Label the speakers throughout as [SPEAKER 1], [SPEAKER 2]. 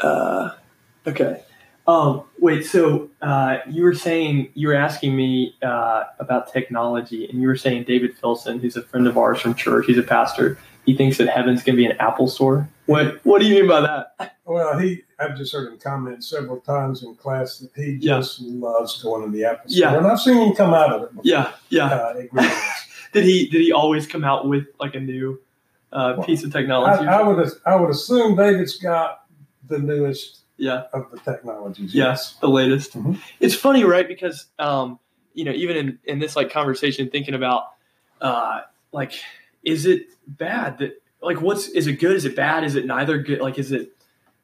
[SPEAKER 1] Uh, okay. Um, wait. So uh, you were saying you were asking me uh, about technology, and you were saying David Filson, who's a friend of ours from church, he's a pastor. He thinks that heaven's going to be an Apple store. What What do you mean by that?
[SPEAKER 2] Well, he I've just heard him comment several times in class that he
[SPEAKER 1] Yeah.
[SPEAKER 2] just loves going to the Apple Store,
[SPEAKER 1] Yeah.
[SPEAKER 2] and I've seen him come out of it. Before.
[SPEAKER 1] Yeah. Yeah.
[SPEAKER 2] Uh, agreements.
[SPEAKER 1] Did he Did he always come out with like a new uh,
[SPEAKER 2] Well,
[SPEAKER 1] piece of
[SPEAKER 2] I,
[SPEAKER 1] technology? or
[SPEAKER 2] I
[SPEAKER 1] something?
[SPEAKER 2] would I would assume David's got the newest
[SPEAKER 1] yeah.
[SPEAKER 2] of the technologies.
[SPEAKER 1] Yes, the latest.
[SPEAKER 2] Mhm.
[SPEAKER 1] It's funny, right? Because um, you know, even in, in this like conversation, thinking about uh, like, is it bad that like what's is it good? Is it bad? Is it neither good? Like, is it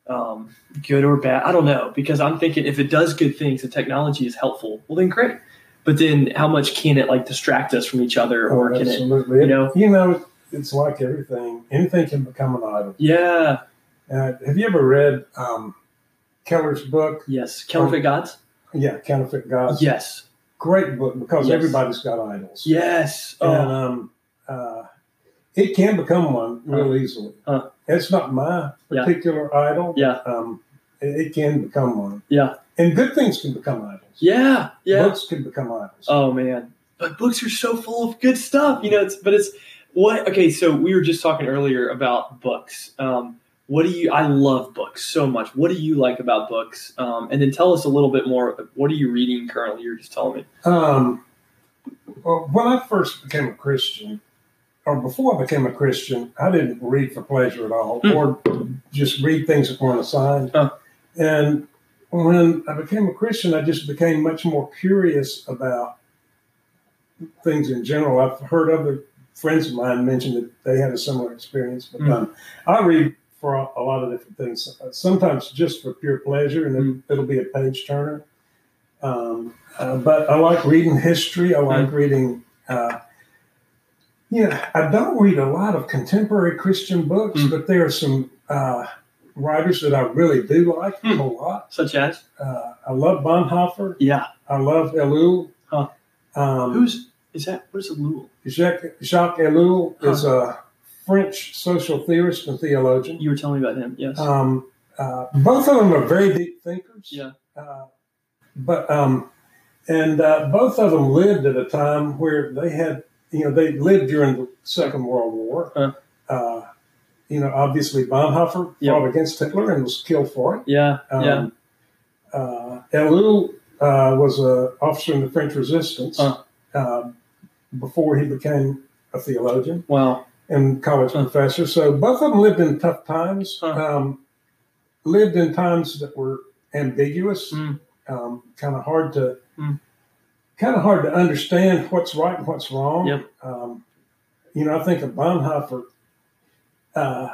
[SPEAKER 1] um, good or bad? I don't know because I'm thinking if it does good things, the technology is helpful. Well, then great. But then, how much can it like distract us from each other,
[SPEAKER 2] Oh,
[SPEAKER 1] or can it?
[SPEAKER 2] absolutely.
[SPEAKER 1] you know?
[SPEAKER 2] you know, it's like everything. Anything can become an idol.
[SPEAKER 1] Yeah.
[SPEAKER 2] Uh, have you ever read um, Keller's book?
[SPEAKER 1] Yes. Counterfeit gods.
[SPEAKER 2] Yeah, Counterfeit Gods.
[SPEAKER 1] Yes.
[SPEAKER 2] Great book because
[SPEAKER 1] Yes.
[SPEAKER 2] everybody's got idols.
[SPEAKER 1] Yes.
[SPEAKER 2] And
[SPEAKER 1] Oh.
[SPEAKER 2] um, uh, it can become one real easily.
[SPEAKER 1] Huh.
[SPEAKER 2] It's not my
[SPEAKER 1] Uh, Yeah.
[SPEAKER 2] particular idol.
[SPEAKER 1] Yeah.
[SPEAKER 2] Um, it, it can become one.
[SPEAKER 1] Yeah.
[SPEAKER 2] And good things can become idols.
[SPEAKER 1] Yeah. Yeah.
[SPEAKER 2] Books can become idols.
[SPEAKER 1] Oh man, but books are so full of good stuff, you know. It's but it's what okay. So we were just talking earlier about books. Um, what do you? I love books so much. What do you like about books? Um, and then tell us a little bit more. What are you reading currently? You were just telling me.
[SPEAKER 2] Um, well, when I first became a Christian, or before I became a Christian, I didn't read for pleasure at all,
[SPEAKER 1] Hmm.
[SPEAKER 2] or just read things that weren't assigned.
[SPEAKER 1] Huh.
[SPEAKER 2] And when I became a Christian, I just became much more curious about things in general. I've heard other friends of mine mention that they had a similar experience, but
[SPEAKER 1] Hmm.
[SPEAKER 2] um, I read for a, a lot of different things, Uh, sometimes just for pure pleasure, and
[SPEAKER 1] Hmm.
[SPEAKER 2] it, it'll be a page turner. Um, uh, but I like reading history. I like
[SPEAKER 1] Mm.
[SPEAKER 2] reading. Uh, yeah, I don't read a lot of contemporary Christian books,
[SPEAKER 1] Mm.
[SPEAKER 2] but there are some uh, writers that I really do like
[SPEAKER 1] Mm.
[SPEAKER 2] a lot.
[SPEAKER 1] Such as
[SPEAKER 2] Uh, I love Bonhoeffer.
[SPEAKER 1] yeah.
[SPEAKER 2] I love Elul.
[SPEAKER 1] Huh.
[SPEAKER 2] Um,
[SPEAKER 1] Who's is that? What is a lule?
[SPEAKER 2] Jacques, Jacques Ellul is a French social theorist and theologian.
[SPEAKER 1] You were telling me about him. Yes.
[SPEAKER 2] Um, uh, both of them are very deep thinkers.
[SPEAKER 1] Yeah.
[SPEAKER 2] Uh, but um, and uh, both of them lived at a time where they had, you know, they lived during the Second World War.
[SPEAKER 1] Huh.
[SPEAKER 2] Uh, you know, obviously Bonhoeffer
[SPEAKER 1] Yeah.
[SPEAKER 2] fought against Hitler and was killed for it.
[SPEAKER 1] yeah. yeah.
[SPEAKER 2] Um, uh, Elul uh, was an officer in the French Resistance
[SPEAKER 1] Huh.
[SPEAKER 2] uh, before he became a theologian
[SPEAKER 1] Wow.
[SPEAKER 2] and college
[SPEAKER 1] Huh.
[SPEAKER 2] professor. So both of them lived in tough times,
[SPEAKER 1] Huh.
[SPEAKER 2] um, lived in times that were ambiguous,
[SPEAKER 1] Mm.
[SPEAKER 2] um, kind of hard to
[SPEAKER 1] Mm.
[SPEAKER 2] kind of hard to understand what's right and what's wrong.
[SPEAKER 1] Yep.
[SPEAKER 2] Um, you know, I think of Bonhoeffer uh,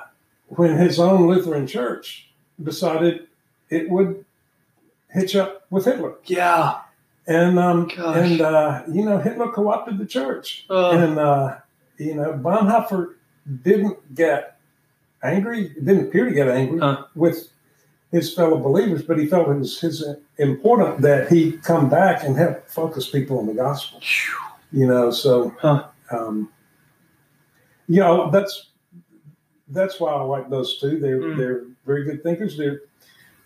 [SPEAKER 2] when his own Lutheran church decided it would hitch up with Hitler,
[SPEAKER 1] Yeah.
[SPEAKER 2] and um,
[SPEAKER 1] Gosh.
[SPEAKER 2] and uh, you know Hitler co-opted the church
[SPEAKER 1] Uh,
[SPEAKER 2] and uh, you know Bonhoeffer didn't get angry, didn't appear to get angry
[SPEAKER 1] Huh.
[SPEAKER 2] with his fellow believers, but he felt it was his important that he come back and help focus people on the gospel.
[SPEAKER 1] phew.
[SPEAKER 2] You know, so
[SPEAKER 1] Huh.
[SPEAKER 2] um, you know that's that's why I like those two. They're
[SPEAKER 1] Mm.
[SPEAKER 2] they're very good thinkers. They're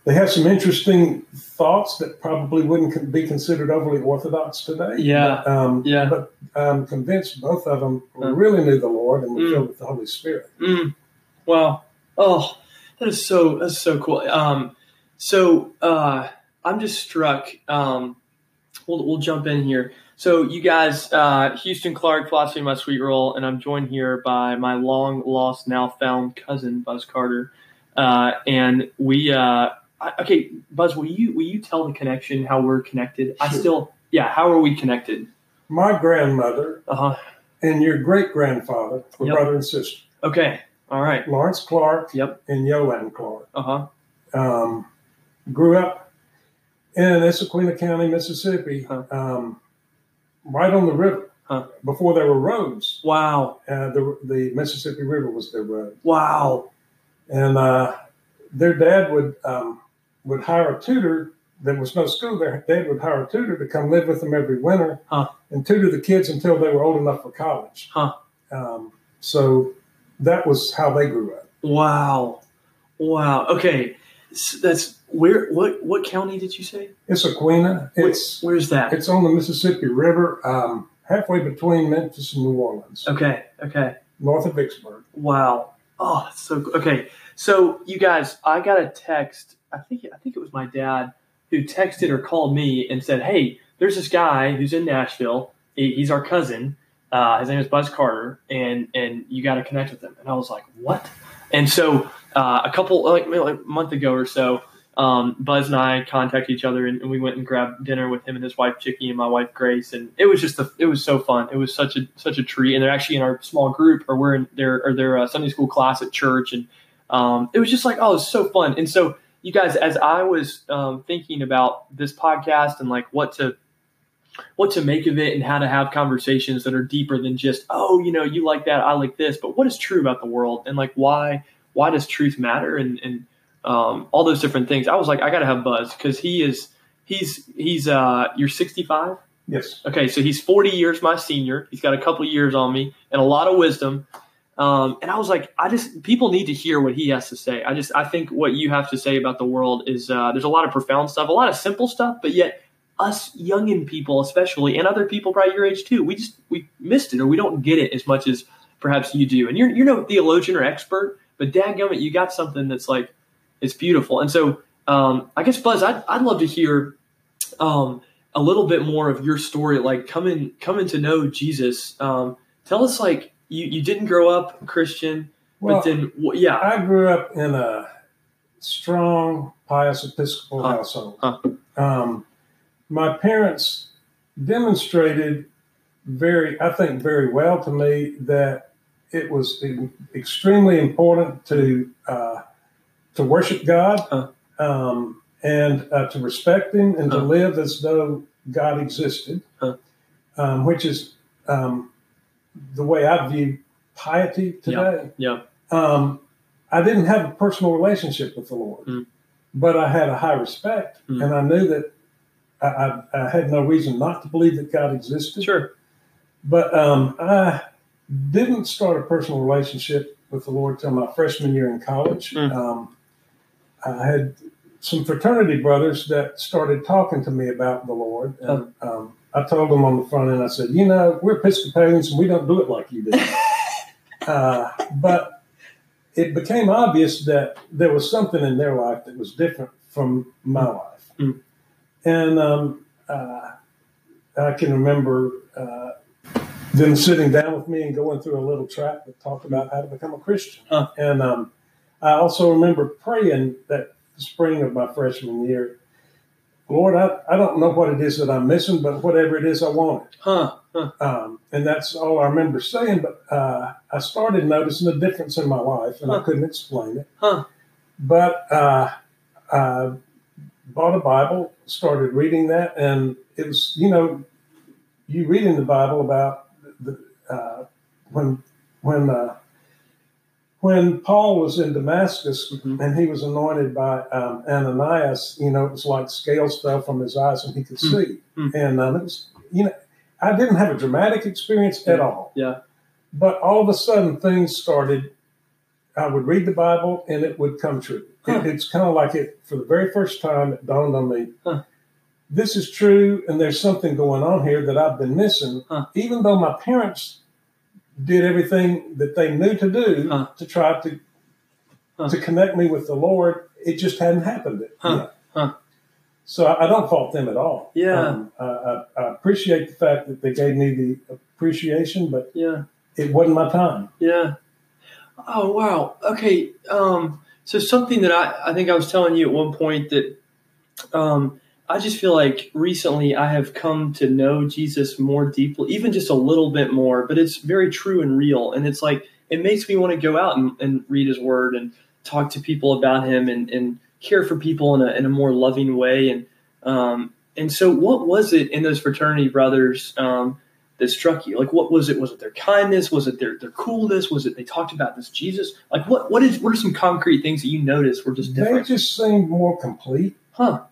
[SPEAKER 2] they have some interesting thoughts that probably wouldn't con- be considered overly orthodox today.
[SPEAKER 1] Yeah.
[SPEAKER 2] Um,
[SPEAKER 1] Yeah.
[SPEAKER 2] But I'm convinced both of them
[SPEAKER 1] Huh.
[SPEAKER 2] really knew the Lord and were
[SPEAKER 1] Mm.
[SPEAKER 2] filled with the Holy Spirit.
[SPEAKER 1] Mm. Wow. Oh, that is so that's so cool. Um, so uh, I'm just struck. Um, we'll we'll jump in here. So you guys, uh, Houston Clark, philosophy, my sweet roll, and I'm joined here by my long lost, now found cousin Buzz Carter, uh, and we. Uh, I, okay, Buzz, will you will you tell the connection how we're connected? I
[SPEAKER 2] Sure.
[SPEAKER 1] still, yeah, how are we connected?
[SPEAKER 2] My grandmother
[SPEAKER 1] Uh huh.
[SPEAKER 2] and your great grandfather were
[SPEAKER 1] Yep.
[SPEAKER 2] brother and sister,
[SPEAKER 1] Okay. All right.
[SPEAKER 2] Lawrence Clark
[SPEAKER 1] Yep.
[SPEAKER 2] and Yolan Clark.
[SPEAKER 1] Uh huh.
[SPEAKER 2] um, grew up in Essequibo County, Mississippi,
[SPEAKER 1] Huh.
[SPEAKER 2] um, right on the river.
[SPEAKER 1] Huh.
[SPEAKER 2] Before there were roads,
[SPEAKER 1] Wow.
[SPEAKER 2] uh, the, the Mississippi River was their road,
[SPEAKER 1] Wow.
[SPEAKER 2] and uh, their dad would um, would hire a tutor. There was no school. Their dad would hire a tutor to come live with them every winter
[SPEAKER 1] Huh.
[SPEAKER 2] and tutor the kids until they were old enough for college.
[SPEAKER 1] Huh.
[SPEAKER 2] Um, so that was how they grew up.
[SPEAKER 1] Wow. Wow. Okay. S- That's where. What what county did you say?
[SPEAKER 2] It's Aquina.
[SPEAKER 1] Where-
[SPEAKER 2] It's
[SPEAKER 1] where's that?
[SPEAKER 2] it's on the Mississippi River, um, halfway between Memphis and New Orleans,
[SPEAKER 1] okay. Okay.
[SPEAKER 2] north of Vicksburg.
[SPEAKER 1] Wow. Oh, that's so cool. okay. So you guys, I got a text. I think I think it was my dad who texted or called me and said, "Hey, there's this guy who's in Nashville. He- He's our cousin. Uh, his name is Buzz Carter, and and you got to connect with him." And I was like, "What?" And so uh, a couple like, maybe like a month ago or so, um, Buzz and I contacted each other, and, and we went and grabbed dinner with him and his wife Chicky and my wife Grace, and it was just a, it was so fun. It was such a such a treat, and they're actually in our small group, or we're in their or their uh, Sunday school class at church, and um, it was just like oh, it's so fun. And so you guys, as I was um, thinking about this podcast and like what to what to make of it and how to have conversations that are deeper than just oh you know you like that i like this but what is true about the world and like why why does truth matter and and um, all those different things i was like i gotta have buzz because he is he's he's uh you're 65
[SPEAKER 2] Yes.
[SPEAKER 1] okay so he's 40 years my senior he's got a couple years on me and a lot of wisdom um, and i was like i just people need to hear what he has to say i just i think what you have to say about the world is uh, there's a lot of profound stuff a lot of simple stuff but yet us youngin people especially and other people probably your age too we just we missed it or we don't get it as much as perhaps you do and you're you're no theologian or expert but dadgummit you got something that's like it's beautiful and so um, i guess buzz I'd, I'd love to hear um, a little bit more of your story like coming coming to know jesus um, tell us like you, you didn't grow up christian
[SPEAKER 2] Well,
[SPEAKER 1] but then wh- yeah
[SPEAKER 2] I grew up in a strong, pious Episcopal
[SPEAKER 1] Huh.
[SPEAKER 2] household.
[SPEAKER 1] Huh.
[SPEAKER 2] Um, my parents demonstrated very, I think, very well to me that it was e- extremely important to uh, to worship God
[SPEAKER 1] Huh.
[SPEAKER 2] um, and uh, to respect Him and to
[SPEAKER 1] Huh.
[SPEAKER 2] live as though God existed,
[SPEAKER 1] Huh.
[SPEAKER 2] um, which is um, the way I view piety today.
[SPEAKER 1] yeah
[SPEAKER 2] Um, I didn't have a personal relationship with the Lord,
[SPEAKER 1] Mm.
[SPEAKER 2] but I had a high respect,
[SPEAKER 1] Mm.
[SPEAKER 2] and I knew that I, I, I had no reason not to believe that God existed.
[SPEAKER 1] sure
[SPEAKER 2] But um, I didn't start a personal relationship with the Lord till my freshman year in college.
[SPEAKER 1] Mm.
[SPEAKER 2] Um, I had some fraternity brothers that started talking to me about the Lord. And, um, I told them on the front end, I said, you know, we're Episcopalians and we don't do it like you do. uh, but it became obvious that there was something in their life that was different from my life.
[SPEAKER 1] Mm.
[SPEAKER 2] And um, uh, I can remember. Uh, them sitting down with me and going through a little track that talked about how to become a Christian.
[SPEAKER 1] Huh.
[SPEAKER 2] And um, I also remember praying that spring of my freshman year, Lord, I, I don't know what it is that I'm missing, but whatever it is, I want it.
[SPEAKER 1] huh huh
[SPEAKER 2] Um, and that's all I remember saying. But uh, I started noticing a difference in my life, and
[SPEAKER 1] Huh.
[SPEAKER 2] I couldn't explain it.
[SPEAKER 1] huh
[SPEAKER 2] But uh, I bought a Bible, started reading that, and it was, you know, you read in the Bible about the, uh, when when uh, when Paul was in Damascus
[SPEAKER 1] Mhm.
[SPEAKER 2] and he was anointed by um, Ananias. You know, it was like scales fell from his eyes and he could
[SPEAKER 1] Hmm.
[SPEAKER 2] see,
[SPEAKER 1] Hmm.
[SPEAKER 2] and um, it was, you know, I didn't have a dramatic experience at all.
[SPEAKER 1] yeah
[SPEAKER 2] But all of a sudden, things started. I would read the Bible and it would come true. It-
[SPEAKER 1] Huh.
[SPEAKER 2] it's kind of like it, for the very first time, it dawned on me
[SPEAKER 1] Huh.
[SPEAKER 2] this is true and there's something going on here that I've been missing.
[SPEAKER 1] Huh.
[SPEAKER 2] Even though my parents did everything that they knew to do
[SPEAKER 1] Huh.
[SPEAKER 2] to try to,
[SPEAKER 1] Huh.
[SPEAKER 2] to connect me with the Lord, it just hadn't happened
[SPEAKER 1] Huh.
[SPEAKER 2] yet.
[SPEAKER 1] Huh.
[SPEAKER 2] So I I don't fault them at all.
[SPEAKER 1] Yeah.
[SPEAKER 2] Um, I, I, I appreciate the fact that they gave me the appreciation, but
[SPEAKER 1] yeah
[SPEAKER 2] it wasn't my time.
[SPEAKER 1] Yeah. Oh wow. Okay. Um, so something that I, I think I was telling you at one point that um, I just feel like recently I have come to know Jesus more deeply, even just a little bit more, but it's very true and real. And it's like it makes me want to go out and, and read his word and talk to people about him and, and care for people in a, in a more loving way. And um, and so what was it in those fraternity brothers um, that struck you? Like, what was it? Was it their kindness? Was it their, their coolness? Was it they talked about this Jesus? Like, what what is what are some concrete things that you noticed were just
[SPEAKER 2] They
[SPEAKER 1] different?
[SPEAKER 2] just seemed more complete
[SPEAKER 1] Huh?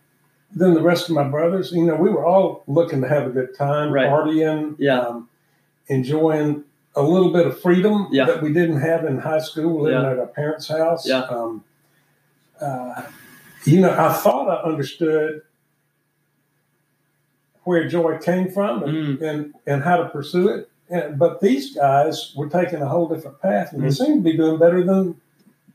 [SPEAKER 2] than the rest of my brothers. You know, we were all looking to have a good time,
[SPEAKER 1] Right.
[SPEAKER 2] partying,
[SPEAKER 1] Yeah.
[SPEAKER 2] um, enjoying a little bit of freedom
[SPEAKER 1] Yeah.
[SPEAKER 2] that we didn't have in high school, living
[SPEAKER 1] Yeah.
[SPEAKER 2] at our parents' house.
[SPEAKER 1] Yeah.
[SPEAKER 2] Um, uh, You know, I thought I understood where joy came from and,
[SPEAKER 1] Mm.
[SPEAKER 2] and, and how to pursue it. And, but these guys were taking a whole different path and they
[SPEAKER 1] Mm.
[SPEAKER 2] seem to be doing better than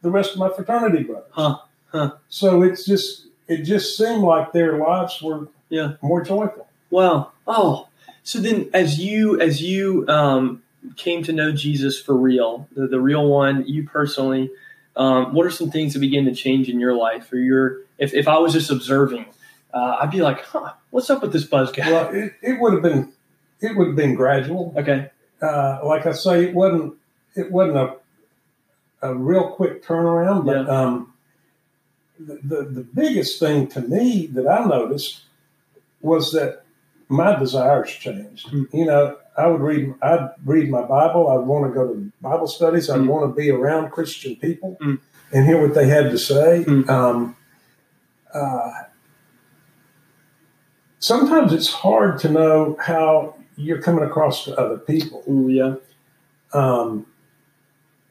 [SPEAKER 2] the rest of my fraternity brothers.
[SPEAKER 1] Huh, huh.
[SPEAKER 2] So it's just, it just seemed like their lives were
[SPEAKER 1] Yeah.
[SPEAKER 2] more joyful.
[SPEAKER 1] Wow. Oh, so then as you as you um, came to know Jesus for real, the, the real one, you personally, um, what are some things that began to change in your life or your? If if I was just observing, uh, I'd be like, huh, what's up with this buzz guy?
[SPEAKER 2] Well, it, it would have been, it would have been gradual.
[SPEAKER 1] okay.
[SPEAKER 2] uh, like I say, it wasn't it wasn't a a real quick turnaround, but um, the, the the biggest thing to me that I noticed was that my desires changed.
[SPEAKER 1] Hmm.
[SPEAKER 2] You know, I would read I'd read my Bible. I'd want to go to Bible studies. I'd
[SPEAKER 1] Hmm.
[SPEAKER 2] want to be around Christian people
[SPEAKER 1] Hmm.
[SPEAKER 2] and hear what they had to say.
[SPEAKER 1] Hmm.
[SPEAKER 2] Um, uh, sometimes it's hard to know how you're coming across to other people.
[SPEAKER 1] Ooh, yeah.
[SPEAKER 2] Um,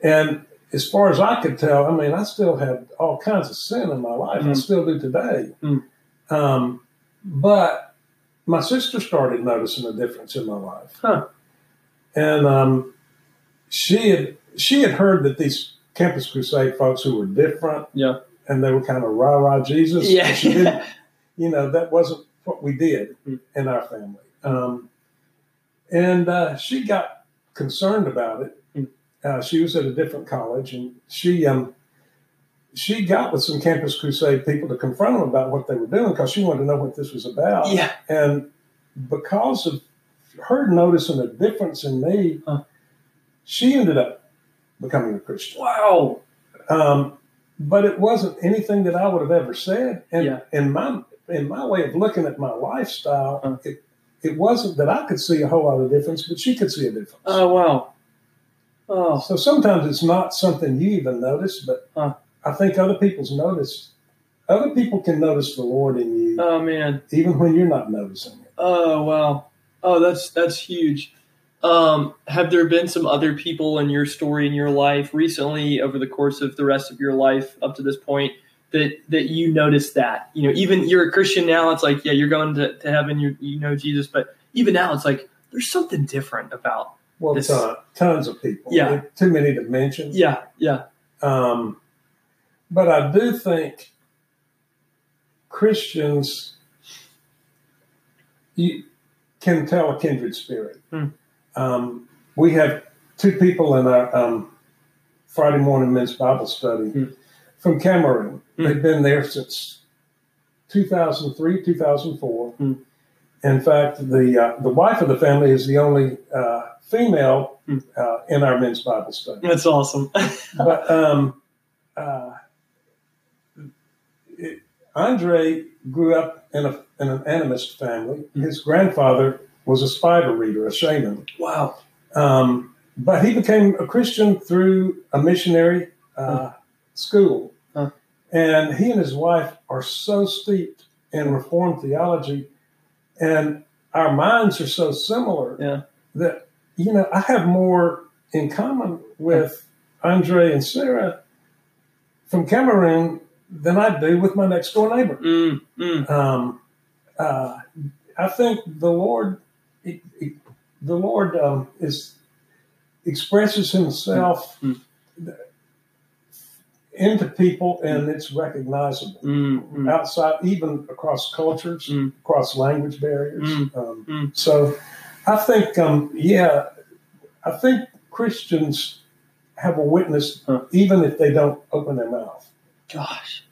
[SPEAKER 2] and as far as I could tell, I mean, I still had all kinds of sin in my life. I
[SPEAKER 1] Mm.
[SPEAKER 2] still do today.
[SPEAKER 1] Mm.
[SPEAKER 2] Um, but my sister started noticing a difference in my life.
[SPEAKER 1] Huh.
[SPEAKER 2] And um, she had she had heard that these Campus Crusade folks who were different,
[SPEAKER 1] Yeah.
[SPEAKER 2] and they were kind of rah rah Jesus.
[SPEAKER 1] Yeah.
[SPEAKER 2] She didn't you know, that wasn't what we did
[SPEAKER 1] Mm.
[SPEAKER 2] in our family. Um, and uh, she got concerned about it.
[SPEAKER 1] Mm.
[SPEAKER 2] Uh, she was at a different college, and she um, she got with some Campus Crusade people to confront them about what they were doing because she wanted to know what this was about.
[SPEAKER 1] yeah.
[SPEAKER 2] And because of her noticing a difference in me,
[SPEAKER 1] Huh.
[SPEAKER 2] she ended up becoming a Christian
[SPEAKER 1] Wow.
[SPEAKER 2] um, but it wasn't anything that I would have ever said. And
[SPEAKER 1] Yeah.
[SPEAKER 2] in my in my way of looking at my lifestyle,
[SPEAKER 1] Uh.
[SPEAKER 2] it it wasn't that I could see a whole lot of difference, but she could see a difference.
[SPEAKER 1] Oh, wow. Oh,
[SPEAKER 2] so sometimes it's not something you even notice, but
[SPEAKER 1] Uh.
[SPEAKER 2] I think other people's noticed. Other people can notice the Lord in you,
[SPEAKER 1] oh man.
[SPEAKER 2] even when you're not noticing it.
[SPEAKER 1] Oh wow! Oh, that's that's huge. Um, have there been some other people in your story in your life recently, over the course of the rest of your life up to this point, that that you noticed that you know, even you're a Christian now, it's like yeah, you're going to, to heaven, you you know Jesus, but even now, it's like there's something different about
[SPEAKER 2] Well,
[SPEAKER 1] This-
[SPEAKER 2] ton, tons of people.
[SPEAKER 1] Yeah.
[SPEAKER 2] There- too many to mention.
[SPEAKER 1] yeah, yeah,
[SPEAKER 2] Um, but I do think Christians you can tell a kindred spirit.
[SPEAKER 1] Hmm.
[SPEAKER 2] Um, we have two people in our um, Friday morning men's Bible study
[SPEAKER 1] Hmm.
[SPEAKER 2] from Cameroon.
[SPEAKER 1] Hmm.
[SPEAKER 2] They've been there since 2003, 2004.
[SPEAKER 1] Hmm.
[SPEAKER 2] In fact, the uh, the wife of the family is the only uh, female
[SPEAKER 1] Hmm.
[SPEAKER 2] uh, in our men's Bible study
[SPEAKER 1] that's awesome.
[SPEAKER 2] but um, uh, it, Andre grew up in, a, in an animist family. His grandfather was a spider reader, a shaman.
[SPEAKER 1] wow.
[SPEAKER 2] Um, but he became a Christian through a missionary uh, school.
[SPEAKER 1] Huh.
[SPEAKER 2] And he and his wife are so steeped in Reformed theology, and our minds are so similar
[SPEAKER 1] Yeah.
[SPEAKER 2] that, you know, I have more in common with Andre and Sarah from Cameroon than I do with my next door neighbor
[SPEAKER 1] Mm, mm,
[SPEAKER 2] um, uh, I think the Lord, it, it- the Lord um, is expresses Himself
[SPEAKER 1] Mm.
[SPEAKER 2] into people, and it's recognizable
[SPEAKER 1] mm, mm.
[SPEAKER 2] outside, even across cultures,
[SPEAKER 1] Mm.
[SPEAKER 2] across language barriers.
[SPEAKER 1] Mm.
[SPEAKER 2] Um,
[SPEAKER 1] Mm.
[SPEAKER 2] So, I think, um, yeah, I think Christians have a witness,
[SPEAKER 1] Huh.
[SPEAKER 2] even if they don't open their mouth.
[SPEAKER 1] gosh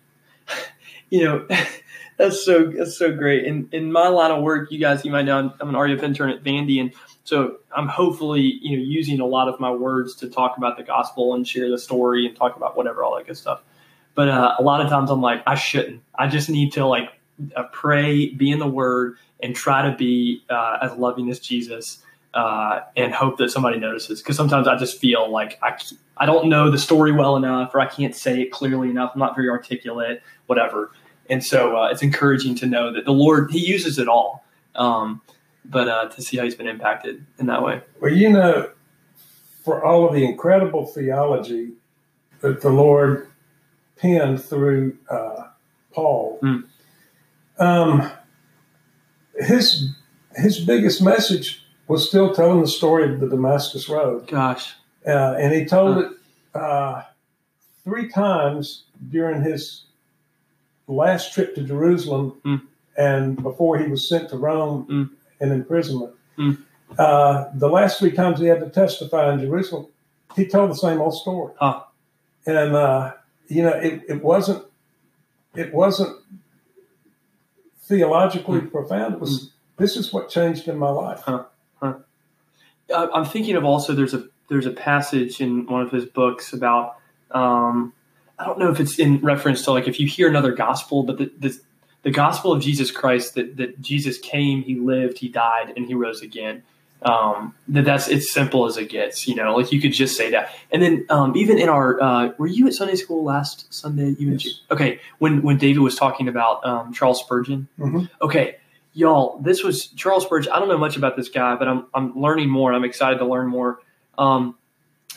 [SPEAKER 1] you know that's so that's so great in in my line of work you guys you might know i'm, I'm an ref intern at vandy and so i'm hopefully you know using a lot of my words to talk about the gospel and share the story and talk about whatever all that good stuff but uh, a lot of times i'm like i shouldn't i just need to like uh, pray be in the word and try to be uh, as loving as jesus uh, and hope that somebody notices because sometimes i just feel like i c- I don't know the story well enough, or I can't say it clearly enough. I'm not very articulate, whatever. And so uh, it's encouraging to know that the Lord He uses it all, um, but uh, to see how He's been impacted in that way.
[SPEAKER 2] Well, you know, for all of the incredible theology that the Lord penned through uh, Paul.
[SPEAKER 1] Mm.
[SPEAKER 2] Um, his his biggest message was still telling the story of the Damascus Road,
[SPEAKER 1] Gosh.
[SPEAKER 2] uh, and he told it uh, three times during his last trip to Jerusalem
[SPEAKER 1] Mm.
[SPEAKER 2] and before he was sent to Rome
[SPEAKER 1] Mm.
[SPEAKER 2] and imprisonment.
[SPEAKER 1] Mm.
[SPEAKER 2] Uh, the last three times he had to testify in Jerusalem, he told the same old story.
[SPEAKER 1] Huh.
[SPEAKER 2] And uh, you know, it, it wasn't it wasn't theologically profound. It was this is what changed in my life.
[SPEAKER 1] I, I'm thinking of also there's a there's a passage in one of his books about um, I don't know if it's in reference to like if you hear another gospel, but the the, the gospel of Jesus Christ that that Jesus came, he lived, he died, and he rose again. Um, that that's it's simple as it gets, you know. Like you could just say that, and then um, even in our uh, were you at Sunday school last Sunday? You and
[SPEAKER 2] Yes.
[SPEAKER 1] Ju- okay when when David was talking about um, Charles Spurgeon.
[SPEAKER 2] Mhm.
[SPEAKER 1] Okay, y'all, this was Charles Spurgeon. I don't know much about this guy, but I'm I'm learning more. and I'm excited to learn more. Um,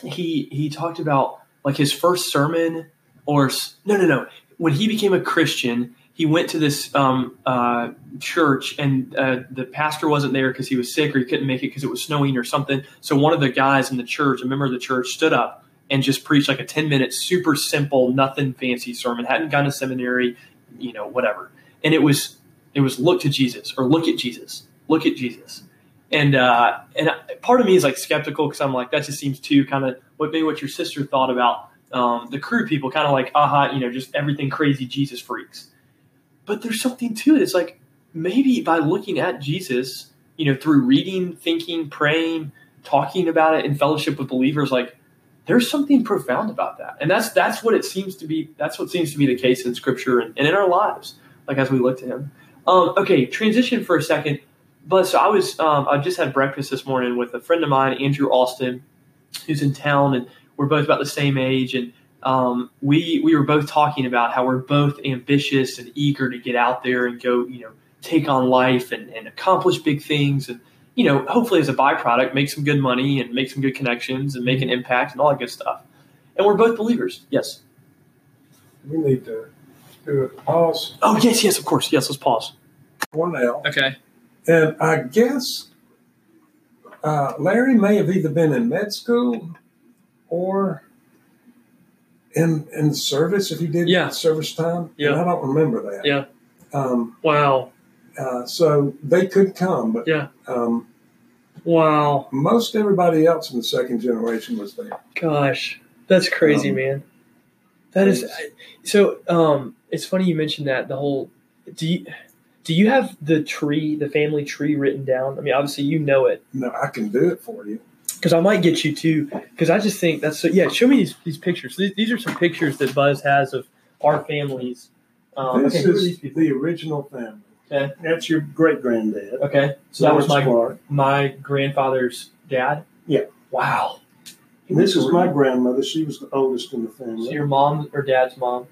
[SPEAKER 1] he he talked about like his first sermon, or s- no, no, no. When he became a Christian, he went to this um, uh, church, and uh, the pastor wasn't there because he was sick or he couldn't make it because it was snowing or something. So one of the guys in the church, a member of the church, stood up and just preached like a ten minute, super simple, nothing fancy sermon. Hadn't gone to seminary, you know, whatever. And it was it was look to Jesus or look at Jesus, look at Jesus. And uh, and I- part of me is like skeptical because I'm like that just seems too kind of what maybe what your sister thought about um, the crude people, kind of like aha, you know, just everything crazy Jesus freaks. But there's something to it. It's like maybe by looking at Jesus, you know, through reading, thinking, praying, talking about it in fellowship with believers, like there's something profound about that. And that's that's what it seems to be. That's what seems to be the case in Scripture and, and in our lives, like as we look to Him. Um, okay, transition for a second. But so I was, um, I just had breakfast this morning with a friend of mine, Andrew Austin, who's in town, and we're both about the same age, and um, we we were both talking about how we're both ambitious and eager to get out there and go, you know, take on life and, and accomplish big things, and you know, hopefully as a byproduct, make some good money and make some good connections and make an impact and all that good stuff. And we're both believers. Mm-hmm. Yes.
[SPEAKER 2] We need to do a pause
[SPEAKER 1] Oh yes, yes, of course. Yes. Let's pause.
[SPEAKER 2] one L.
[SPEAKER 1] Okay.
[SPEAKER 2] And I guess uh, Larry may have either been in med school or in in service if he did
[SPEAKER 1] Yeah.
[SPEAKER 2] service time.
[SPEAKER 1] Yeah.
[SPEAKER 2] And I don't remember that.
[SPEAKER 1] Yeah.
[SPEAKER 2] Um,
[SPEAKER 1] Wow.
[SPEAKER 2] uh, so they could come, but
[SPEAKER 1] Yeah.
[SPEAKER 2] um,
[SPEAKER 1] Wow.
[SPEAKER 2] most everybody else in the second generation was there.
[SPEAKER 1] Gosh, that's crazy,
[SPEAKER 2] Um,
[SPEAKER 1] man. That is
[SPEAKER 2] thanks.
[SPEAKER 1] I- so. Um, it's funny you mentioned that the whole. Do you, do you have the tree, the family tree, written down? I mean, obviously you know it
[SPEAKER 2] No, I can do it for you.
[SPEAKER 1] because I might get you too. Because I just think that's so. Yeah, show me these, these pictures. These, these are some pictures that Buzz has of our families. Um,
[SPEAKER 2] this
[SPEAKER 1] okay, who are
[SPEAKER 2] is
[SPEAKER 1] these people?
[SPEAKER 2] the original family.
[SPEAKER 1] Okay.
[SPEAKER 2] That's your great granddad.
[SPEAKER 1] Okay, so that was my
[SPEAKER 2] Clark.
[SPEAKER 1] my grandfather's dad.
[SPEAKER 2] Yeah.
[SPEAKER 1] Wow.
[SPEAKER 2] And This is my grandmother. She was the oldest in the family.
[SPEAKER 1] So your mom or dad's mom?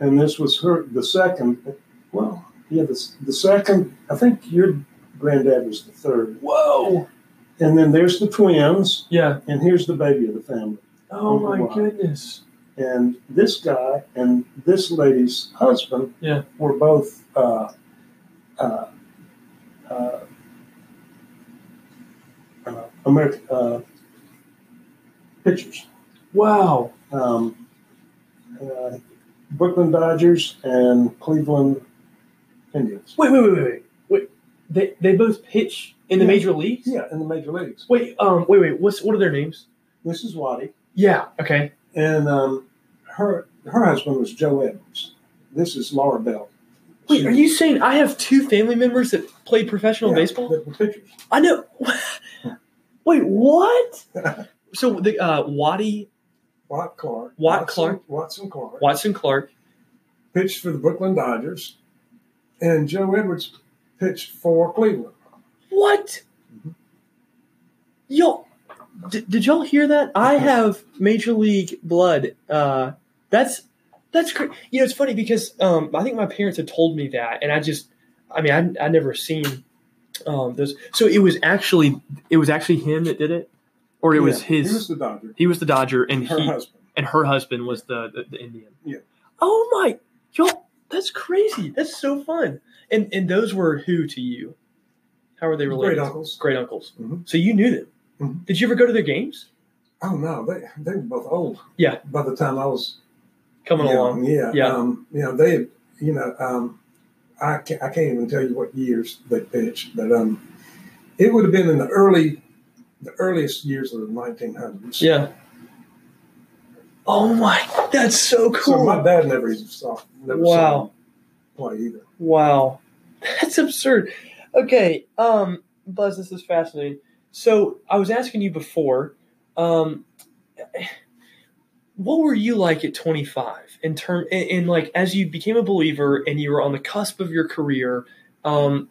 [SPEAKER 2] and this was her the second. Well, yeah, the, the second. I think your granddad was the third,
[SPEAKER 1] Whoa.
[SPEAKER 2] and then there's the twins,
[SPEAKER 1] Yeah.
[SPEAKER 2] and here's the baby of the family,
[SPEAKER 1] Oh
[SPEAKER 2] Wonder
[SPEAKER 1] my
[SPEAKER 2] why.
[SPEAKER 1] goodness.
[SPEAKER 2] and this guy and this lady's husband
[SPEAKER 1] Yeah.
[SPEAKER 2] were both. Uh, uh, uh, uh, American uh, pitchers.
[SPEAKER 1] Wow.
[SPEAKER 2] um, uh, Brooklyn Dodgers and Cleveland Indians.
[SPEAKER 1] Wait, wait, wait, wait, wait. Wait. They they both pitch in the
[SPEAKER 2] Yeah.
[SPEAKER 1] major leagues?
[SPEAKER 2] Yeah, in the major leagues.
[SPEAKER 1] Wait, um wait, wait, what's what are their names?
[SPEAKER 2] This is Waddy,
[SPEAKER 1] Yeah. Okay.
[SPEAKER 2] and um, her her husband was Joe Edmonds. This is Laura Bell.
[SPEAKER 1] Wait, are you saying I have two family members that play professional
[SPEAKER 2] Yeah,
[SPEAKER 1] baseball?
[SPEAKER 2] The, the pitchers.
[SPEAKER 1] I know. wait, what? so the uh Waddy
[SPEAKER 2] Watt Clark.
[SPEAKER 1] Watt
[SPEAKER 2] Watson-
[SPEAKER 1] Clark.
[SPEAKER 2] Watson Clark
[SPEAKER 1] Watson Clark.
[SPEAKER 2] pitched for the Brooklyn Dodgers, and Joe Edwards pitched for Cleveland.
[SPEAKER 1] What? Yo, d- did y'all hear that? I have major league blood. Uh, that's that's cra- you know it's funny because um, I think my parents had told me that, and I just I mean I I never seen um, those. So it was actually it was actually him that did it, or it was
[SPEAKER 2] Yeah,
[SPEAKER 1] his.
[SPEAKER 2] He was the Dodger.
[SPEAKER 1] He was the Dodger, and
[SPEAKER 2] Her
[SPEAKER 1] he
[SPEAKER 2] husband.
[SPEAKER 1] and her husband was the the, the Indian.
[SPEAKER 2] Yeah.
[SPEAKER 1] Oh my, y'all! That's crazy. That's so fun. And and those were who to you? How were they related?
[SPEAKER 2] Great uncles.
[SPEAKER 1] Great uncles.
[SPEAKER 2] Mhm.
[SPEAKER 1] So you knew them.
[SPEAKER 2] Mhm.
[SPEAKER 1] Did you ever go to their games?
[SPEAKER 2] Oh no, they they were both old.
[SPEAKER 1] Yeah.
[SPEAKER 2] By the time I was
[SPEAKER 1] Coming
[SPEAKER 2] young,
[SPEAKER 1] along.
[SPEAKER 2] yeah,
[SPEAKER 1] Yeah.
[SPEAKER 2] Um, you know they, you know, um, I can't, I can't even tell you what years they pitched, but um, it would have been in the early, the earliest years of the 1900s.
[SPEAKER 1] Yeah. Oh my, that's so
[SPEAKER 2] So
[SPEAKER 1] cool.
[SPEAKER 2] my dad never even saw, never saw
[SPEAKER 1] Wow.
[SPEAKER 2] him play either.
[SPEAKER 1] Wow. That's absurd. Okay, um, Buzz, this is fascinating. So I was asking you before, um, what were you like at 25 in term and, and like as you became a believer and you were on the cusp of your career, um,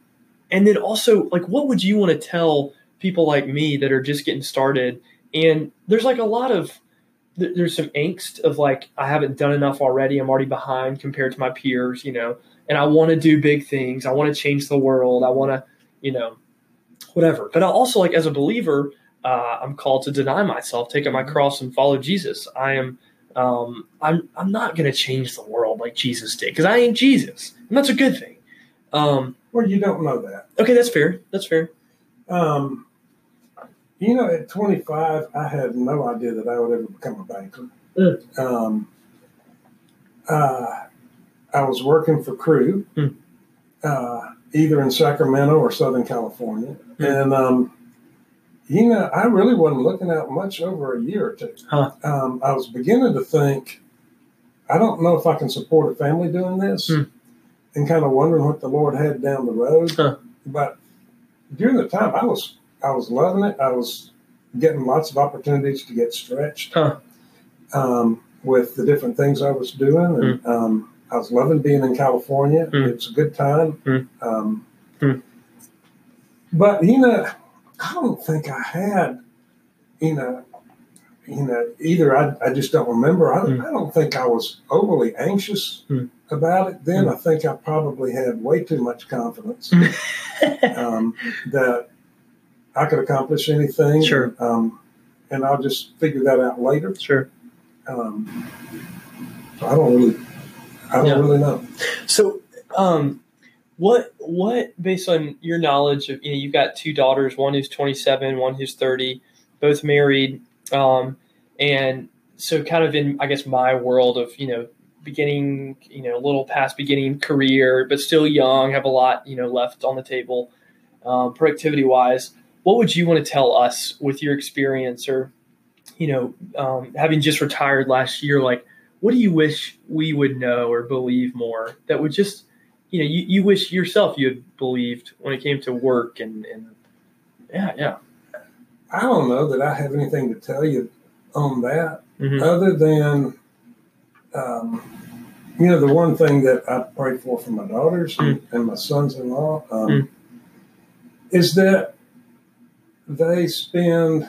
[SPEAKER 1] and then also like what would you want to tell people like me that are just getting started? And there's like a lot of there- there's some angst of like I haven't done enough already. I'm already behind compared to my peers, you know and I want to do big things. I want to change the world. I want to, you know, whatever. But I also like as a believer, uh, I'm called to deny myself, take up my cross, and follow Jesus. I am. Um, I'm. I'm not going to change the world like Jesus did because I ain't Jesus, and that's a good thing. Um,
[SPEAKER 2] Well, you don't know that.
[SPEAKER 1] okay, that's fair. That's fair.
[SPEAKER 2] Um, you know, at 25, I had no idea that I would ever become a banker.
[SPEAKER 1] Mm.
[SPEAKER 2] Um, uh, I was working for Crew,
[SPEAKER 1] Mm.
[SPEAKER 2] uh, either in Sacramento or Southern California.
[SPEAKER 1] Hmm.
[SPEAKER 2] And, um, you know, I really wasn't looking out much over a year or two.
[SPEAKER 1] Huh.
[SPEAKER 2] Um, I was beginning to think, I don't know if I can support a family doing this,
[SPEAKER 1] Mm.
[SPEAKER 2] and kind of wondering what the Lord had down the road.
[SPEAKER 1] Huh.
[SPEAKER 2] But during the time I was I was loving it. I was getting lots of opportunities to get stretched
[SPEAKER 1] Huh.
[SPEAKER 2] um, with the different things I was doing, and um, I was loving being in California.
[SPEAKER 1] Mm.
[SPEAKER 2] It was a good time.
[SPEAKER 1] Mm.
[SPEAKER 2] Um,
[SPEAKER 1] Mm.
[SPEAKER 2] But you know, I don't think I had you know. You know, either I, I just don't remember. I,
[SPEAKER 1] Mm.
[SPEAKER 2] I don't think I was overly anxious
[SPEAKER 1] Mm.
[SPEAKER 2] about it then. I think I probably had way too much confidence um, that I could accomplish anything.
[SPEAKER 1] Sure.
[SPEAKER 2] Um, and I'll just figure that out later.
[SPEAKER 1] sure.
[SPEAKER 2] Um, I don't really, I don't
[SPEAKER 1] Yeah.
[SPEAKER 2] really know.
[SPEAKER 1] So, um, what what based on your knowledge of you know you've got two daughters, one who's twenty seven, one who's thirty, both married, um, and so kind of in I guess my world of you know beginning you know a little past beginning career, but still young, have a lot you know left on the table, um, productivity wise. What would you want to tell us with your experience, or you know, um, having just retired last year, like? what do you wish we would know or believe more that would just you know you, you wish yourself you had believed when it came to work and and yeah yeah
[SPEAKER 2] I don't know that I have anything to tell you on that
[SPEAKER 1] Mhm.
[SPEAKER 2] other than, um, you know, the one thing that I pray for for my daughters and, and my sons in law um,
[SPEAKER 1] Mm.
[SPEAKER 2] is that they spend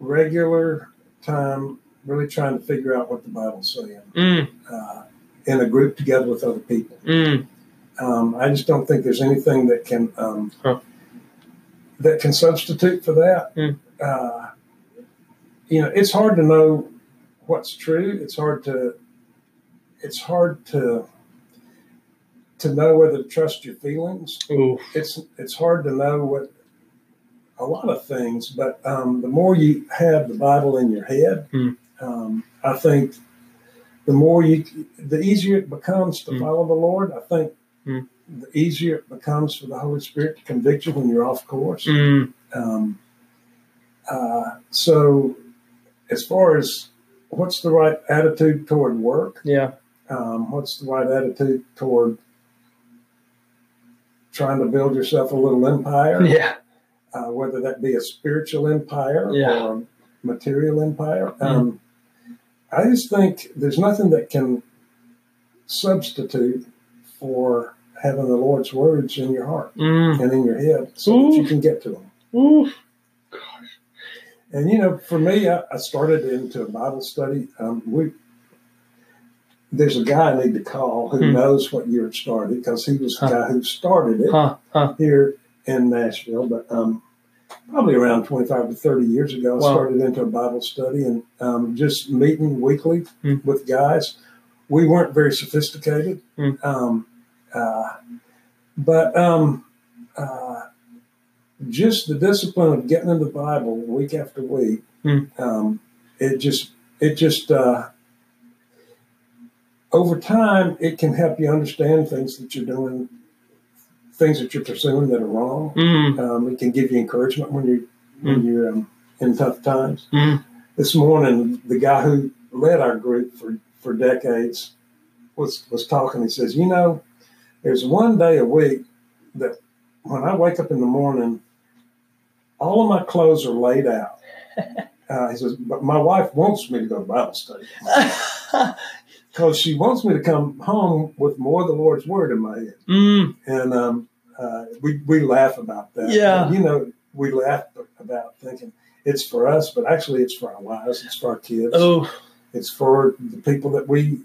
[SPEAKER 2] regular time really trying to figure out what the Bible's saying
[SPEAKER 1] mm,
[SPEAKER 2] uh, in a group together with other people.
[SPEAKER 1] mm,
[SPEAKER 2] Um, I just don't think there's anything that can um,
[SPEAKER 1] Huh.
[SPEAKER 2] that can substitute for that.
[SPEAKER 1] Mm.
[SPEAKER 2] Uh, you know, it's hard to know what's true. It's hard to it's hard to to know whether to trust your feelings.
[SPEAKER 1] ooh,
[SPEAKER 2] It's it's hard to know what a lot of things, but um, the more you have the Bible in your head,
[SPEAKER 1] Mm.
[SPEAKER 2] um, I think the more you, the easier it becomes to
[SPEAKER 1] Mm.
[SPEAKER 2] follow the Lord. I think
[SPEAKER 1] Mm.
[SPEAKER 2] the easier it becomes for the Holy Spirit to convict you when you're off course.
[SPEAKER 1] mm,
[SPEAKER 2] Um, uh, so, as far as what's the right attitude toward work,
[SPEAKER 1] yeah
[SPEAKER 2] um, what's the right attitude toward trying to build yourself a little empire?
[SPEAKER 1] yeah
[SPEAKER 2] uh, whether that be a spiritual empire
[SPEAKER 1] Yeah. Mm.
[SPEAKER 2] or a material empire. Um, I just think there's nothing that can substitute for having the Lord's words in your heart
[SPEAKER 1] mm,
[SPEAKER 2] and in your head so that you
[SPEAKER 1] Ooh.
[SPEAKER 2] can get to them.
[SPEAKER 1] ooh,
[SPEAKER 2] And, you know, for me, I, I started into a Bible study. Um, we There's a guy I need to call who
[SPEAKER 1] Hmm.
[SPEAKER 2] knows what year it started because he was the
[SPEAKER 1] Huh.
[SPEAKER 2] guy who started it.
[SPEAKER 1] huh huh
[SPEAKER 2] here in Nashville, but um, probably around 25 to 30 years ago, I
[SPEAKER 1] Wow.
[SPEAKER 2] started into a Bible study and um, just meeting weekly
[SPEAKER 1] Hmm.
[SPEAKER 2] with guys. we weren't very sophisticated.
[SPEAKER 1] Hmm.
[SPEAKER 2] Um, uh, but um, uh, just the discipline of getting in the Bible week after week,
[SPEAKER 1] Hmm.
[SPEAKER 2] um, it just it just uh, over time it can help you understand things that you're doing, things that you're pursuing that are wrong.
[SPEAKER 1] Mm,
[SPEAKER 2] Um, it can give you encouragement when you're when you're um, in tough times.
[SPEAKER 1] Mm.
[SPEAKER 2] This morning, the guy who led our group for for decades was was talking. He says, "You know, there's one day a week that when I wake up in the morning, all of my clothes are laid out." Uh, he says, "But my wife wants me to go to Bible study because she wants me to come home with more of the Lord's word in my head."
[SPEAKER 1] mm,
[SPEAKER 2] and um, uh, we we laugh about that.
[SPEAKER 1] Yeah.
[SPEAKER 2] you know, we laugh about thinking it's for us, but actually, it's for our wives, it's for our kids,
[SPEAKER 1] oh,
[SPEAKER 2] it's for the people that we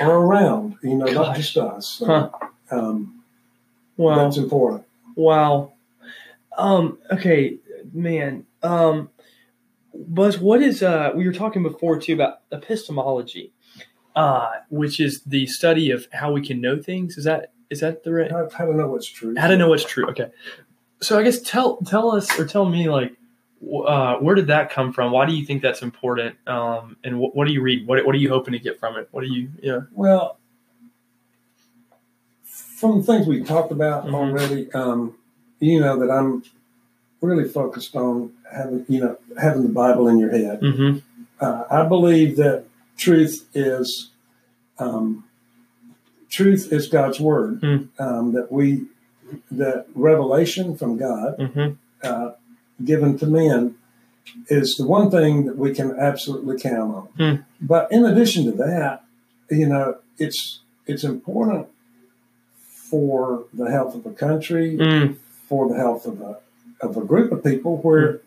[SPEAKER 2] are around. You know, not
[SPEAKER 1] Gosh.
[SPEAKER 2] just us. So,
[SPEAKER 1] Huh.
[SPEAKER 2] um,
[SPEAKER 1] wow.
[SPEAKER 2] That's important.
[SPEAKER 1] Wow. Um, okay, man. Um, Buzz, what is uh we were talking before too about epistemology, uh, which is the study of how we can know things. Is that is that the right
[SPEAKER 2] How, how to know what's true?
[SPEAKER 1] how to know what's true? Okay. So I guess tell tell us or tell me like wh- uh, where did that come from? Why do you think that's important? Um, and wh- what do you read? What what are you hoping to get from it? What do you yeah?
[SPEAKER 2] Well, from the things we talked about
[SPEAKER 1] Mhm.
[SPEAKER 2] already, um, you know that I'm really focused on having you know having the Bible in your head.
[SPEAKER 1] Mm-hmm.
[SPEAKER 2] uh, I believe that truth is um, truth is God's word.
[SPEAKER 1] Hmm.
[SPEAKER 2] Um, that we that revelation from God
[SPEAKER 1] Mm-hmm.
[SPEAKER 2] uh, given to men is the one thing that we can absolutely count on.
[SPEAKER 1] Hmm.
[SPEAKER 2] But in addition to that, you know, it's it's important for the health of a country,
[SPEAKER 1] Mm,
[SPEAKER 2] for the health of a of a group of people where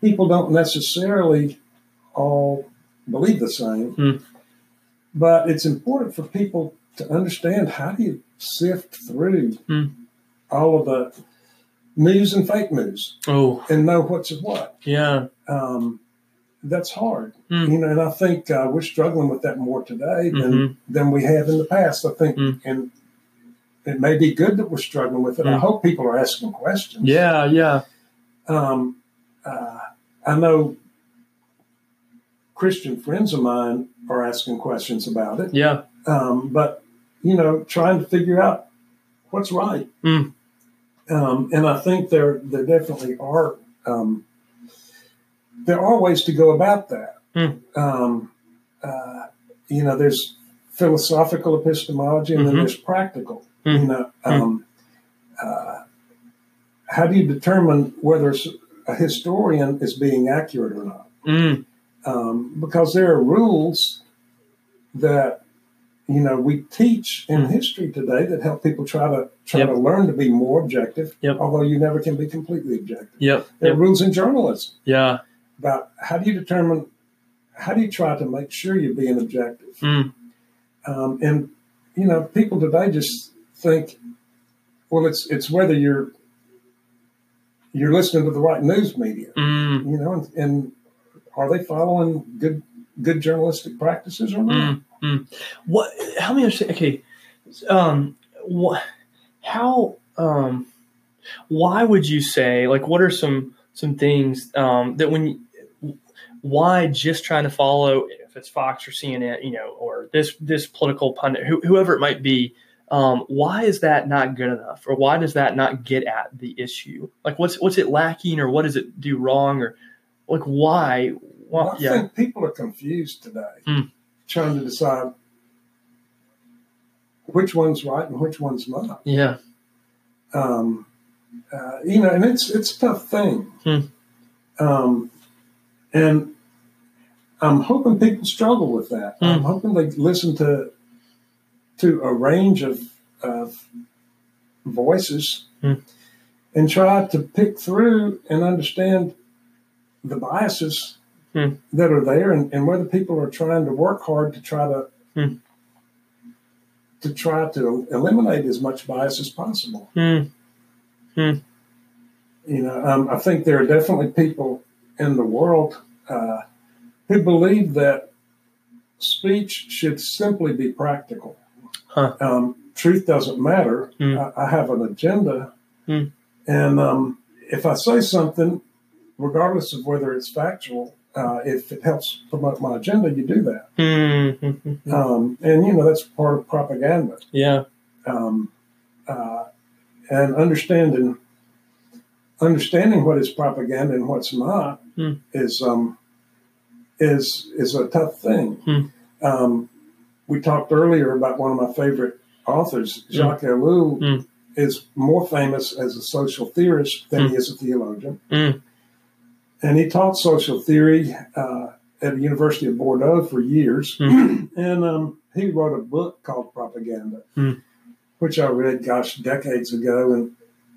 [SPEAKER 2] people don't necessarily all believe the same.
[SPEAKER 1] Hmm.
[SPEAKER 2] But it's important for people to understand how do you sift through
[SPEAKER 1] Hmm.
[SPEAKER 2] all of the news and fake news
[SPEAKER 1] oh
[SPEAKER 2] and know what's what.
[SPEAKER 1] yeah.
[SPEAKER 2] Um, that's hard,
[SPEAKER 1] Hmm.
[SPEAKER 2] you know. And I think uh, we're struggling with that more today than
[SPEAKER 1] Mhm.
[SPEAKER 2] than we have in the past. I think,
[SPEAKER 1] Hmm.
[SPEAKER 2] and it may be good that we're struggling with it. I
[SPEAKER 1] Hmm.
[SPEAKER 2] hope people are asking questions.
[SPEAKER 1] Yeah, yeah.
[SPEAKER 2] Um, uh, I know Christian friends of mine are asking questions about it,
[SPEAKER 1] Yeah.
[SPEAKER 2] um, but you know, trying to figure out what's right.
[SPEAKER 1] Mm.
[SPEAKER 2] Um, and I think there there definitely are um, there are ways to go about that.
[SPEAKER 1] Mm.
[SPEAKER 2] Um, uh, you know, there's philosophical epistemology, and
[SPEAKER 1] Mhm.
[SPEAKER 2] then there's practical.
[SPEAKER 1] Mm.
[SPEAKER 2] You know, um, uh, how do you determine whether s- a historian is being accurate or not?
[SPEAKER 1] Mm,
[SPEAKER 2] Um, because there are rules that you know we teach in
[SPEAKER 1] Mm.
[SPEAKER 2] history today that help people try to try
[SPEAKER 1] Yep.
[SPEAKER 2] to learn to be more objective.
[SPEAKER 1] Yep.
[SPEAKER 2] Although you never can be completely objective.
[SPEAKER 1] yep.
[SPEAKER 2] There
[SPEAKER 1] yep.
[SPEAKER 2] are rules in journalism
[SPEAKER 1] Yeah.
[SPEAKER 2] about how do you determine how do you try to make sure you're being objective
[SPEAKER 1] Mm,
[SPEAKER 2] um, and you know people today just think well it's it's whether you're you're listening to the right news media
[SPEAKER 1] mm.
[SPEAKER 2] you know and, and are they following good good journalistic practices or not
[SPEAKER 1] Mm, mm. What? Help me understand. Okay. Um. What? How? Um. Why would you say? Like, what are some some things? Um. That when. you- Why just trying to follow if it's Fox or CNN, you know, or this this political pundit, who, whoever it might be. Um, why is that not good enough, or why does that not get at the issue? Like, what's what's it lacking, or what does it do wrong, or like why? why
[SPEAKER 2] Well, i
[SPEAKER 1] yeah,
[SPEAKER 2] think people are confused today
[SPEAKER 1] Mm.
[SPEAKER 2] trying to decide which one's right and which one's not
[SPEAKER 1] yeah,
[SPEAKER 2] um, uh, you know, and it's it's a tough thing.
[SPEAKER 1] Hmm.
[SPEAKER 2] Um, and I'm hoping people struggle with that. I'm
[SPEAKER 1] Hmm.
[SPEAKER 2] hoping they listen to to a range of of voices
[SPEAKER 1] Hmm.
[SPEAKER 2] and try to pick through and understand the biases
[SPEAKER 1] Hmm.
[SPEAKER 2] that are there and, and whether people are trying to work hard to try to
[SPEAKER 1] Hmm.
[SPEAKER 2] to try to eliminate as much bias as possible
[SPEAKER 1] Mm,
[SPEAKER 2] you know, um, I think there are definitely people in the world uh, who believe that speech should simply be practical.
[SPEAKER 1] Huh.
[SPEAKER 2] Um, truth doesn't matter.
[SPEAKER 1] Hmm.
[SPEAKER 2] I, I have an agenda.
[SPEAKER 1] Hmm.
[SPEAKER 2] And um, if I say something, regardless of whether it's factual, uh, if it helps promote my agenda, you do that.
[SPEAKER 1] Mm-hmm.
[SPEAKER 2] Um, and, you know, that's part of propaganda.
[SPEAKER 1] Yeah.
[SPEAKER 2] Um, uh, and understanding understanding what is propaganda and what's not
[SPEAKER 1] Hmm.
[SPEAKER 2] is um, is is a tough thing.
[SPEAKER 1] Hmm.
[SPEAKER 2] Um, we talked earlier about one of my favorite authors, Jacques Ellul,
[SPEAKER 1] Hmm.
[SPEAKER 2] is more famous as a social theorist than he is a theologian.
[SPEAKER 1] Hmm.
[SPEAKER 2] And he taught social theory uh, at the University of Bordeaux for years. and um, he wrote a book called Propaganda,
[SPEAKER 1] Hmm.
[SPEAKER 2] which I read, gosh, decades ago. And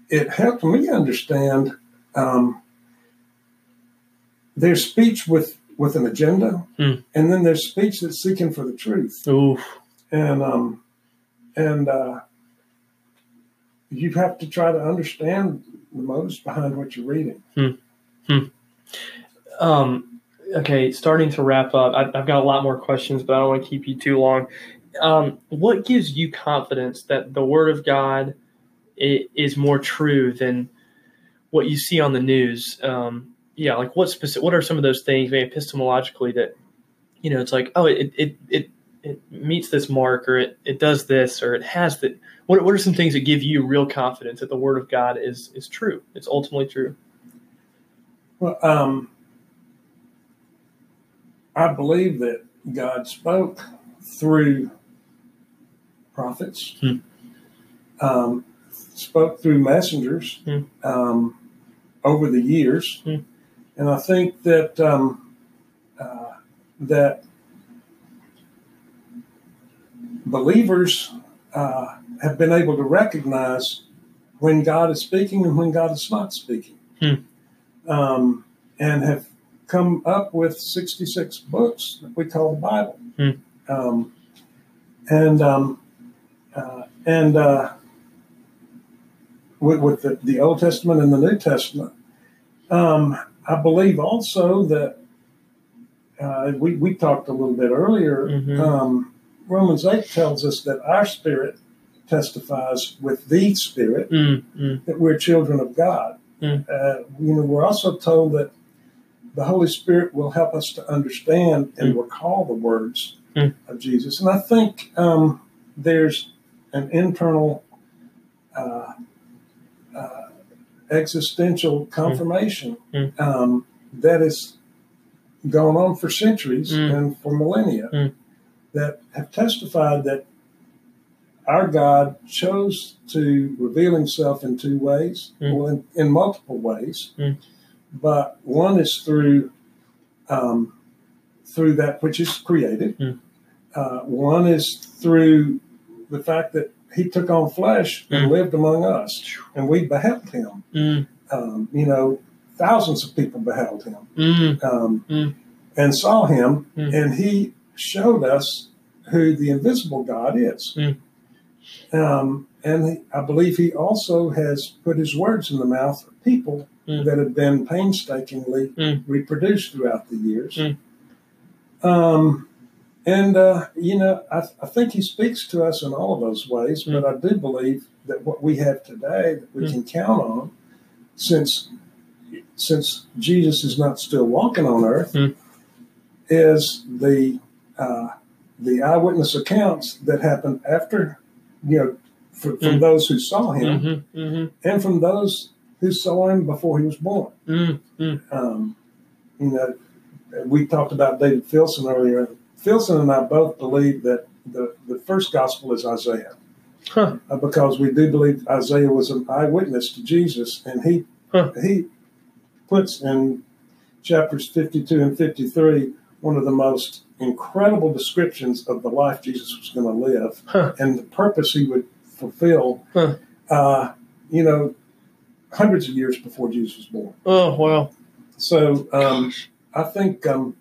[SPEAKER 2] it helped me understand um, there's speech with, with an agenda,
[SPEAKER 1] Hmm.
[SPEAKER 2] and then there's speech that's seeking for the truth
[SPEAKER 1] Oof.
[SPEAKER 2] and um, and uh, you have to try to understand the motives behind what you're reading.
[SPEAKER 1] Um, okay, starting to wrap up. I, I've got a lot more questions, but I don't want to keep you too long. Um, what gives you confidence that the Word of God i- is more true than what you see on the news? Um, yeah, like what specific? What are some of those things, maybe epistemologically, that you know? It's like, oh, it it it, it meets this mark, or it, it does this, or it has that. What, what are some things that give you real confidence that the Word of God is is true? It's ultimately true.
[SPEAKER 2] Well, um, I believe that God spoke through prophets,
[SPEAKER 1] Hmm.
[SPEAKER 2] um, spoke through messengers
[SPEAKER 1] Hmm.
[SPEAKER 2] um, over the years,
[SPEAKER 1] Hmm.
[SPEAKER 2] and I think that um, uh, that believers uh, have been able to recognize when God is speaking and when God is not speaking,
[SPEAKER 1] Hmm.
[SPEAKER 2] um, and have come up with 66 books that we call the Bible.
[SPEAKER 1] Hmm.
[SPEAKER 2] Um, and um, uh, and uh, with, with the, the Old Testament and the New Testament. Um, I believe also that uh, we, we talked a little bit earlier.
[SPEAKER 1] Mhm.
[SPEAKER 2] Um, Romans 8 tells us that our spirit testifies with the spirit
[SPEAKER 1] Mm, mm,
[SPEAKER 2] that we're children of God.
[SPEAKER 1] Mm.
[SPEAKER 2] Uh, you know, we're also told that the Holy Spirit will help us to understand and recall the words
[SPEAKER 1] Mm.
[SPEAKER 2] of Jesus. And I think um, there's an internal uh, uh, existential confirmation
[SPEAKER 1] Mm.
[SPEAKER 2] um, that has gone on for centuries
[SPEAKER 1] Mm.
[SPEAKER 2] and for millennia
[SPEAKER 1] Mm.
[SPEAKER 2] that have testified that our God chose to reveal himself in two ways,
[SPEAKER 1] Mm.
[SPEAKER 2] well, in, in multiple ways,
[SPEAKER 1] Mm.
[SPEAKER 2] but one is through um, through that which is created.
[SPEAKER 1] Mm.
[SPEAKER 2] Uh, one is through the fact that he took on flesh
[SPEAKER 1] Mm-hmm.
[SPEAKER 2] and lived among us, and we beheld him.
[SPEAKER 1] mm,
[SPEAKER 2] Um, you know, thousands of people beheld him
[SPEAKER 1] mm,
[SPEAKER 2] um,
[SPEAKER 1] Mm.
[SPEAKER 2] and saw him,
[SPEAKER 1] Mm.
[SPEAKER 2] and he showed us who the invisible God is.
[SPEAKER 1] Mm.
[SPEAKER 2] Um, and he- I believe he also has put his words in the mouth of people
[SPEAKER 1] Mm.
[SPEAKER 2] that have been painstakingly
[SPEAKER 1] Mm.
[SPEAKER 2] reproduced throughout the years.
[SPEAKER 1] Mm.
[SPEAKER 2] Um, and, uh, you know, I, I think he speaks to us in all of those ways, but I do believe that what we have today that we
[SPEAKER 1] Mm.
[SPEAKER 2] can count on since since Jesus is not still walking on earth,
[SPEAKER 1] Hmm.
[SPEAKER 2] is the uh, the eyewitness accounts that happened after, you know, fr- from
[SPEAKER 1] Hmm.
[SPEAKER 2] those who saw him
[SPEAKER 1] mhm, mhm,
[SPEAKER 2] and from those who saw him before he was born.
[SPEAKER 1] mm,
[SPEAKER 2] Um, you know, we talked about David Filson earlier. Filson and I both believe that the, the first gospel is Isaiah
[SPEAKER 1] huh,
[SPEAKER 2] uh, because we do believe Isaiah was an eyewitness to Jesus, and he
[SPEAKER 1] Huh.
[SPEAKER 2] he puts in chapters fifty-two and fifty-three one of the most incredible descriptions of the life Jesus was going to live
[SPEAKER 1] Huh.
[SPEAKER 2] and the purpose he would fulfill.
[SPEAKER 1] Huh.
[SPEAKER 2] Uh, you know, hundreds of years before Jesus was born.
[SPEAKER 1] Oh wow.
[SPEAKER 2] So um, I think um,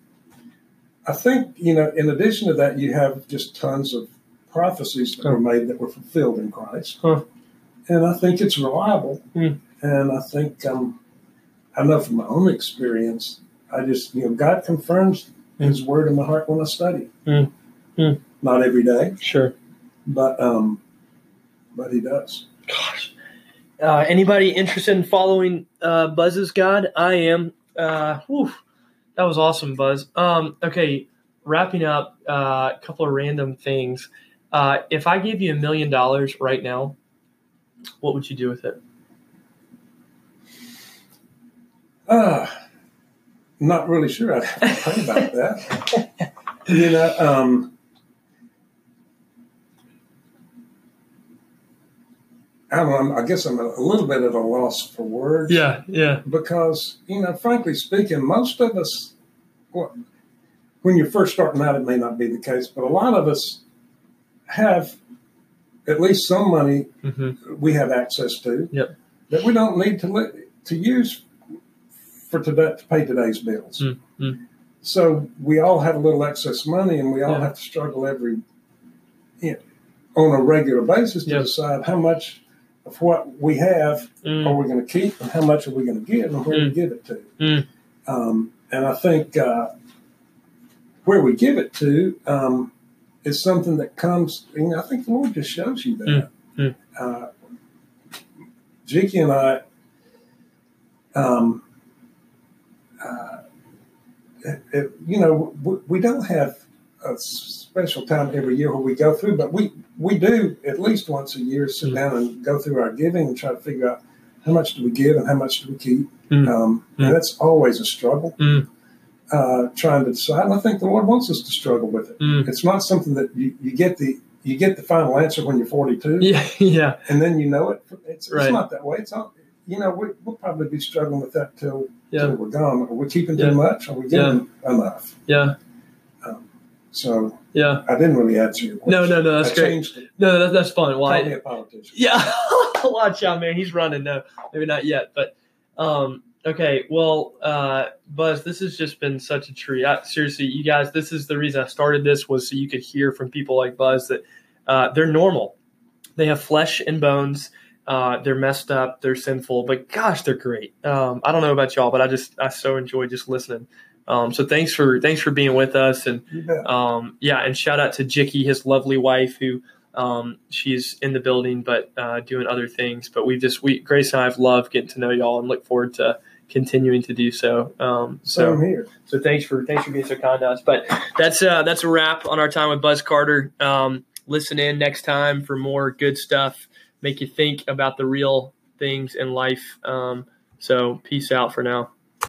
[SPEAKER 2] I think you know. In addition to that, you have just tons of prophecies that were made that were fulfilled in Christ,
[SPEAKER 1] Huh.
[SPEAKER 2] and I think it's reliable.
[SPEAKER 1] Hmm.
[SPEAKER 2] And I think um, I know from my own experience. I just you know God confirms
[SPEAKER 1] Hmm.
[SPEAKER 2] His word in my heart when I study.
[SPEAKER 1] Mm. Mm.
[SPEAKER 2] Not every day,
[SPEAKER 1] Sure.
[SPEAKER 2] but um, but he does.
[SPEAKER 1] Gosh. Uh, anybody interested in following uh, Buzz's God? I am. Uh, whew, that was awesome, Buzz. Um, okay, wrapping up uh, a couple of random things. Uh, if I gave you a million dollars right now, what would you do with it?
[SPEAKER 2] Uh, not really sure. I'd have to think about that. You know, um, I, don't know, I guess I'm a little bit at a loss for words.
[SPEAKER 1] yeah,
[SPEAKER 2] because you know, frankly speaking, most of us, well, when you're first starting out, it may not be the case, but a lot of us have at least some money
[SPEAKER 1] hmm
[SPEAKER 2] we have access to
[SPEAKER 1] Yep.
[SPEAKER 2] that we don't need to li- to use for today to pay today's bills.
[SPEAKER 1] Mm, mm.
[SPEAKER 2] So we all have a little excess money, and we all
[SPEAKER 1] Yeah.
[SPEAKER 2] have to struggle every you know, on a regular basis to
[SPEAKER 1] Yep.
[SPEAKER 2] decide how much of what we have are
[SPEAKER 1] Mm,
[SPEAKER 2] we going to keep and how much are we going to give and where we
[SPEAKER 1] Mm.
[SPEAKER 2] give it to?
[SPEAKER 1] Mm.
[SPEAKER 2] Um, and I think uh, where we give it to um, is something that comes, you know, I think the Lord just shows you that.
[SPEAKER 1] Mm.
[SPEAKER 2] Uh, Jiki and I, um, uh, it, it- you know, we, we don't have a special time every year where we go through, but we, we do at least once a year sit
[SPEAKER 1] Mm.
[SPEAKER 2] down and go through our giving and try to figure out how much do we give and how much do we keep?
[SPEAKER 1] Mm.
[SPEAKER 2] Um, and
[SPEAKER 1] Mm.
[SPEAKER 2] that's always a struggle
[SPEAKER 1] Mm.
[SPEAKER 2] uh, trying to decide. And I think the Lord wants us to struggle with it.
[SPEAKER 1] mm.
[SPEAKER 2] It's not something that you, you get the you get the final answer when you're 42,
[SPEAKER 1] Yeah, yeah,
[SPEAKER 2] and then you know it. It's,
[SPEAKER 1] Right.
[SPEAKER 2] it's not that way. It's all, you know we, we'll probably be struggling with that till
[SPEAKER 1] yeah,
[SPEAKER 2] till we're gone. Are we keeping
[SPEAKER 1] Yeah.
[SPEAKER 2] too much? Are we giving enough? Um,
[SPEAKER 1] yeah,
[SPEAKER 2] So
[SPEAKER 1] yeah.
[SPEAKER 2] I didn't really answer your question.
[SPEAKER 1] No, no, no, that's
[SPEAKER 2] I
[SPEAKER 1] great.
[SPEAKER 2] Changed it.
[SPEAKER 1] No, that, that's fine. Why?
[SPEAKER 2] Call me a politician.
[SPEAKER 1] Yeah, watch out, man. He's running. No, maybe not yet, but um, okay. Well, uh, Buzz, this has just been such a treat. I, seriously, you guys, this is the reason I started this was so you could hear from people like Buzz that uh, they're normal. They have flesh and bones. Uh, they're messed up. They're sinful, but gosh, they're great. Um, I don't know about y'all, but I just I so enjoy just listening. Um, so thanks for thanks for being with us and
[SPEAKER 2] You bet.
[SPEAKER 1] um, yeah, and shout out to Jicky, his lovely wife, who um, she's in the building but uh, doing other things. But we just we Grace and I have loved getting to know y'all and look forward to continuing to do so. Um,
[SPEAKER 2] So
[SPEAKER 1] so
[SPEAKER 2] I'm here.
[SPEAKER 1] so thanks for thanks for being so kind to us. But that's uh, that's a wrap on our time with Buzz Carter. Um, listen in next time for more good stuff. Make you think about the real things in life. Um, so peace out for now.